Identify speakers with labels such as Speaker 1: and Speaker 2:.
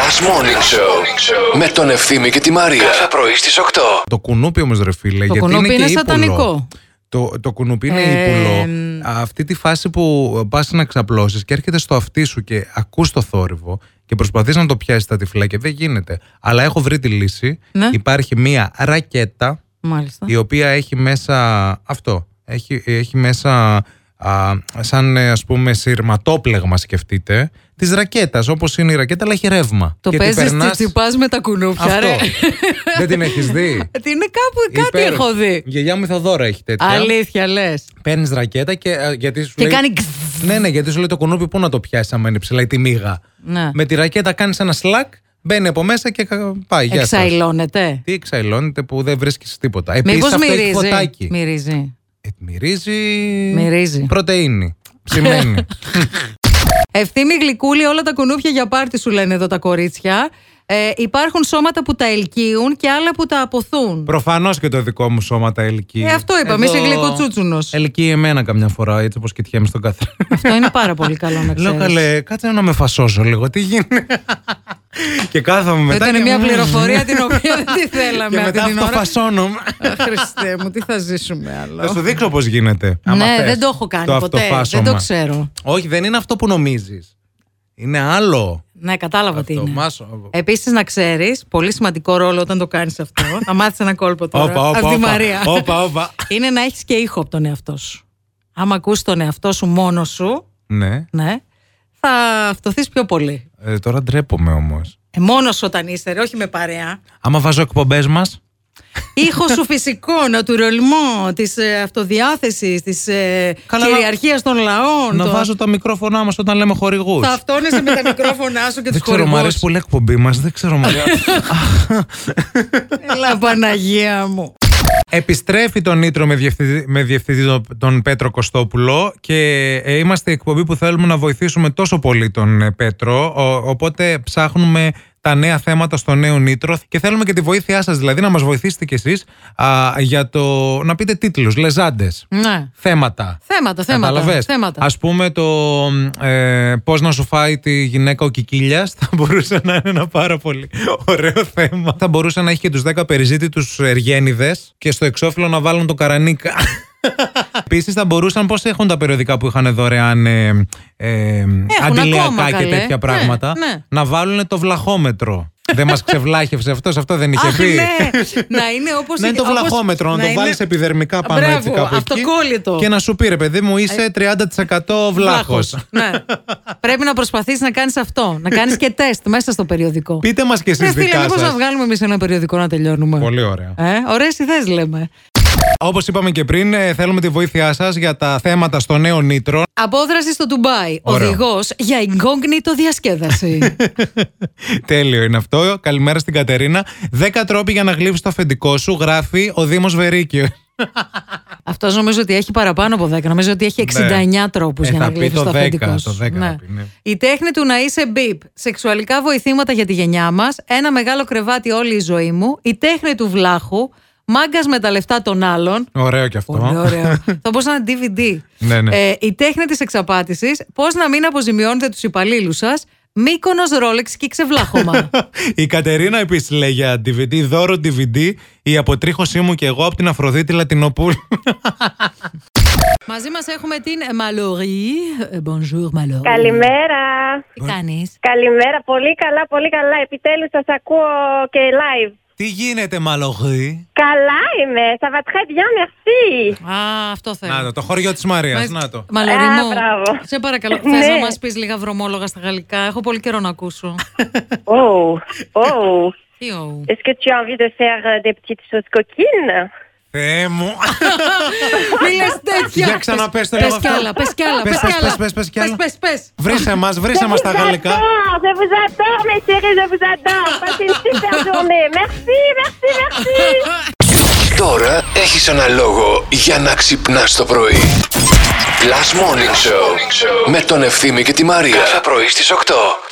Speaker 1: Last Morning Show με τον Ευθύμη και τη Μαρία. Κάθε πρωί στις 8.
Speaker 2: Το κουνούπι όμως, ρε φίλε.
Speaker 3: Το
Speaker 2: γιατί
Speaker 3: κουνούπι
Speaker 2: είναι,
Speaker 3: είναι
Speaker 2: και ύπουλο.
Speaker 3: σατανικό.
Speaker 2: Το, το κουνούπι είναι
Speaker 3: Ε,
Speaker 2: ύπουλο.
Speaker 3: εμ.
Speaker 2: Α, Αυτή τη φάση που πας να ξαπλώσεις και έρχεται στο αυτί σου και ακούς το θόρυβο και προσπαθείς να το πιάσεις τα τυφλά και δεν γίνεται. Αλλά έχω βρει τη λύση.
Speaker 3: Ναι.
Speaker 2: Υπάρχει μία ρακέτα
Speaker 3: Μάλιστα.
Speaker 2: η οποία έχει μέσα αυτό. Έχει, έχει μέσα α, σαν ε, ας πούμε σειρματόπλεγμα σκεφτείτε της ρακέτας όπως είναι η ρακέτα αλλά έχει ρεύμα
Speaker 3: Το
Speaker 2: Και την
Speaker 3: παίζεις,
Speaker 2: περνάς-
Speaker 3: τσιτσιπά με τα κουνούπια,
Speaker 2: Αυτό.
Speaker 3: ρε.
Speaker 2: Δεν την έχεις δει
Speaker 3: Τι είναι κάπου, κάτι
Speaker 2: Υπέροχη.
Speaker 3: έχω δει.
Speaker 2: Η Γιαγιά μου η Θοδώρα έχει τέτοια.
Speaker 3: Αλήθεια λες.
Speaker 2: Παίρνεις ρακέτα και α, γιατί σου
Speaker 3: Και
Speaker 2: λέει.
Speaker 3: κάνει γκζζ.
Speaker 2: Ναι, ναι, γιατί σου λέει το κουνούπι πού να το πιάσει άμα είναι ψηλά ή τη μύγα.
Speaker 3: Ναι.
Speaker 2: Με τη ρακέτα κάνεις ένα slack, μπαίνει από μέσα και κα- πάει. Γεια σας.
Speaker 3: Εξαϊλώνεται.
Speaker 2: Τι εξαϊλώνεται που δεν βρίσκεις τίποτα. Επίσης
Speaker 3: Μήπως
Speaker 2: αυτό έχει
Speaker 3: μυρίζει.
Speaker 2: φωτάκι.
Speaker 3: Μυρίζει.
Speaker 2: Ε, μυρίζει.
Speaker 3: Μυρίζει.
Speaker 2: Πρωτεΐνη. Ψημένη.
Speaker 3: Ευθύμη γλυκούλη, όλα τα κουνούπια για πάρτι σου λένε εδώ τα κορίτσια. Ε, υπάρχουν σώματα που τα ελκύουν και άλλα που τα αποθούν.
Speaker 2: Προφανώς και το δικό μου σώμα τα ελκύει.
Speaker 3: Ε, αυτό είπαμε, είσαι γλυκοτσούτσουνος.
Speaker 2: Ελκύει εμένα καμιά φορά, έτσι όπως κοιτιέμαι στον καθένα.
Speaker 3: Αυτό είναι πάρα πολύ καλό να
Speaker 2: Λέω
Speaker 3: ξέρεις.
Speaker 2: καλέ, κάτσε να με φασώσω λίγο. Τι γίνεται. και κάθομαι μετά.
Speaker 3: Ήταν
Speaker 2: και-
Speaker 3: μια πληροφορία την οποία δεν τη θέλαμε.
Speaker 2: Και
Speaker 3: αυτή
Speaker 2: μετά
Speaker 3: την ώρα.
Speaker 2: αυτοφασώνομαι.
Speaker 3: Α, Χριστέ μου, τι θα ζήσουμε άλλο.
Speaker 2: Θα σου δείξω πώς γίνεται. άμα
Speaker 3: ναι,
Speaker 2: θες.
Speaker 3: δεν το έχω κάνει ποτέ.
Speaker 2: αυτοφάσωμα.
Speaker 3: Δεν το ξέρω.
Speaker 2: Όχι, δεν είναι αυτό που νομίζεις. Είναι άλλο.
Speaker 3: Ναι, κατάλαβα τι
Speaker 2: Το
Speaker 3: είναι.
Speaker 2: μάσο.
Speaker 3: Επίσης, να ξέρεις, πολύ σημαντικό ρόλο όταν το κάνεις αυτό. να μάθεις ένα κόλπο Ε, τώρα.
Speaker 2: Όπα, όπα,
Speaker 3: από τη
Speaker 2: όπα.
Speaker 3: Μαρία.
Speaker 2: Όπα, όπα.
Speaker 3: είναι να έχεις και ήχο από τον εαυτό σου. Άμα ακούς τον εαυτό σου μόνος σου,
Speaker 2: Ναι.
Speaker 3: ναι, θα αυτοθείς πιο πολύ.
Speaker 2: Ε, τώρα ντρέπομαι όμως.
Speaker 3: Ε, μόνος όταν είσαι, ρε, όχι με παρέα.
Speaker 2: Άμα βάζω εκπομπές μας.
Speaker 3: Λοιπόν, Ήχος σου φυσικό, να του ρολμό, της ε, αυτοδιάθεσης, της ε,
Speaker 2: Καλά, να-
Speaker 3: κυριαρχίας των λαών.
Speaker 2: Να
Speaker 3: το-
Speaker 2: βάζω τα μικρόφωνά μας όταν λέμε χορηγούς.
Speaker 3: Θα αυτόνεσαι με τα μικρόφωνά σου και του
Speaker 2: Δεν ξέρω, μου αρέσει
Speaker 3: χορηγούς.
Speaker 2: πολύ η εκπομπή μας. Δεν ξέρω, μου αρέσει.
Speaker 3: Έλα, Παναγία μου.
Speaker 2: Επιστρέφει τον Νίτρο με διευθυντή, με διευθυντή τον, τον Πέτρο Κωστόπουλο και ε, είμαστε η εκπομπή που θέλουμε να βοηθήσουμε τόσο πολύ τον ε, Πέτρο. Ο- οπότε ψάχνουμε τα νέα θέματα στο νέο Νίτρο και θέλουμε και τη βοήθειά σας δηλαδή να μας βοηθήσετε κι εσείς α, για το να πείτε τίτλους, λεζάντες,
Speaker 3: Ναι.
Speaker 2: θέματα.
Speaker 3: Θέματα, θέματα.
Speaker 2: Καταλαβες.
Speaker 3: θέματα.
Speaker 2: Ας πούμε το ε, πώς να σου φάει τη γυναίκα ο Κικίλιας θα μπορούσε να είναι ένα πάρα πολύ ωραίο θέμα. Θα μπορούσε να έχει και τους 10 περιζήτητους εργένιδες και στο εξώφυλλο να βάλουν το καρανίκα. Επίσης, θα μπορούσαν πώς έχουν τα περιοδικά που είχαν δωρεάν ε, ε, αντιλιακά
Speaker 3: ακόμα,
Speaker 2: και
Speaker 3: καλέ.
Speaker 2: τέτοια
Speaker 3: Ναι,
Speaker 2: πράγματα
Speaker 3: ναι.
Speaker 2: να βάλουν το βλαχόμετρο. δεν μας ξεβλάχευσε αυτός, αυτό δεν είχε
Speaker 3: Αχ,
Speaker 2: πει.
Speaker 3: ναι. να είναι όπως.
Speaker 2: Να είναι το βλαχόμετρο, να, το βάλεις επιδερμικά πάνω
Speaker 3: Μπράβο,
Speaker 2: έτσι κάπου εκεί.
Speaker 3: αυτοκόλλητο. Ε,
Speaker 2: Και να σου πει, ρε παιδί μου, είσαι 30% βλάχο.
Speaker 3: ναι. Πρέπει να προσπαθήσει να κάνεις αυτό. Να κάνεις και τεστ μέσα στο περιοδικό.
Speaker 2: Πείτε μας κι εσείς
Speaker 3: Ρε φίλε,
Speaker 2: δικά
Speaker 3: μήπως να
Speaker 2: σας.
Speaker 3: βγάλουμε εμείς ένα περιοδικό να τελειώνουμε.
Speaker 2: Πολύ ωραία.
Speaker 3: Ε, ωραίες ιδέες λέμε.
Speaker 2: Όπως είπαμε και πριν, ε, θέλουμε τη βοήθειά σας για τα θέματα στο νέο νήτρο.
Speaker 3: Απόδραση στο Ντουμπάι.
Speaker 2: Ωραίο.
Speaker 3: Οδηγός για incognito διασκέδαση.
Speaker 2: Τέλειο είναι αυτό. Καλημέρα στην Κατερίνα. 10 τρόποι για να γλύψεις το αφεντικό σου, γράφει ο Δήμος Βερίκιο.
Speaker 3: Αυτός νομίζω ότι έχει παραπάνω από 10. Νομίζω ότι έχει 69 τρόπου
Speaker 2: Ναι. Ε,
Speaker 3: για
Speaker 2: θα
Speaker 3: να
Speaker 2: πει
Speaker 3: γλύψεις
Speaker 2: το
Speaker 3: το
Speaker 2: 10,
Speaker 3: αφεντικό.
Speaker 2: το
Speaker 3: σου.
Speaker 2: 10 θα πει, ναι.
Speaker 3: Η τέχνη του να είσαι μπιπ. Σεξουαλικά βοηθήματα για τη γενιά μας. Ένα μεγάλο κρεβάτι όλη η ζωή μου. Η τέχνη του βλάχου. Μάγκας με τα λεφτά των άλλων.
Speaker 2: Ωραίο κι αυτό.
Speaker 3: Πολύ ωραίο. Θα μπορούσε να είναι DVD.
Speaker 2: Ναι, ναι.
Speaker 3: Ε, η τέχνη της εξαπάτησης. Πώς να μην αποζημιώνετε τους υπαλλήλους σας. Μήκονος ρόλεξ και ξεβλάχωμα.
Speaker 2: Η Κατερίνα επίσης λέει για DVD, δώρο DVD, η αποτρίχωσή μου και εγώ από την Αφροδίτη Λατινοπούλου.
Speaker 3: Μαζί μας έχουμε την Μαλωρή. Bonjour, Μαλωρή.
Speaker 4: Καλημέρα.
Speaker 3: Τι κάνεις.
Speaker 4: Καλημέρα. Πολύ καλά, πολύ καλά. Επιτέλους σας ακούω και live.
Speaker 2: Τι γίνεται, Μαλογή.
Speaker 4: Καλά είμαι. Ça va très bien, merci.
Speaker 3: Α, αυτό θέλω.
Speaker 2: Να το, το χωριό της Μαρίας.
Speaker 3: Μάλιστα.
Speaker 2: Να το.
Speaker 3: Ε, Μαλωρή
Speaker 4: Α,
Speaker 3: μου,
Speaker 4: μπράβο.
Speaker 3: σε παρακαλώ,
Speaker 4: Ναι.
Speaker 3: θες να μας πεις λίγα βρωμόλογα στα γαλλικά. Έχω πολύ καιρό να ακούσω.
Speaker 4: Oh, oh.
Speaker 3: Τι ου.
Speaker 4: Est-ce que tu as envie de faire euh, des petites choses coquines
Speaker 2: Θεέ μου.
Speaker 3: Μη λες τέτοια.
Speaker 2: Για ξαναπες το
Speaker 3: Πες-
Speaker 2: λίγο
Speaker 3: Πες κι
Speaker 2: αυτό.
Speaker 3: άλλα, πες κι άλλα,
Speaker 2: Πες,
Speaker 3: πες κι
Speaker 2: πες,
Speaker 3: άλλα.
Speaker 2: πες, πες, πες κι άλλα.
Speaker 3: Πες, πες,
Speaker 2: Βρήσε μας, βρήσε μας τα γαλλικά.
Speaker 4: J'adore, je vous adore, mes chéris, je vous adore. Passez une super journée. Merci, merci, merci.
Speaker 1: Τώρα έχεις ένα λόγο για να ξυπνάς το πρωί. Last Morning Show με τον Ευθύμη και τη Μαρία. Κάθε πρωί στις 8.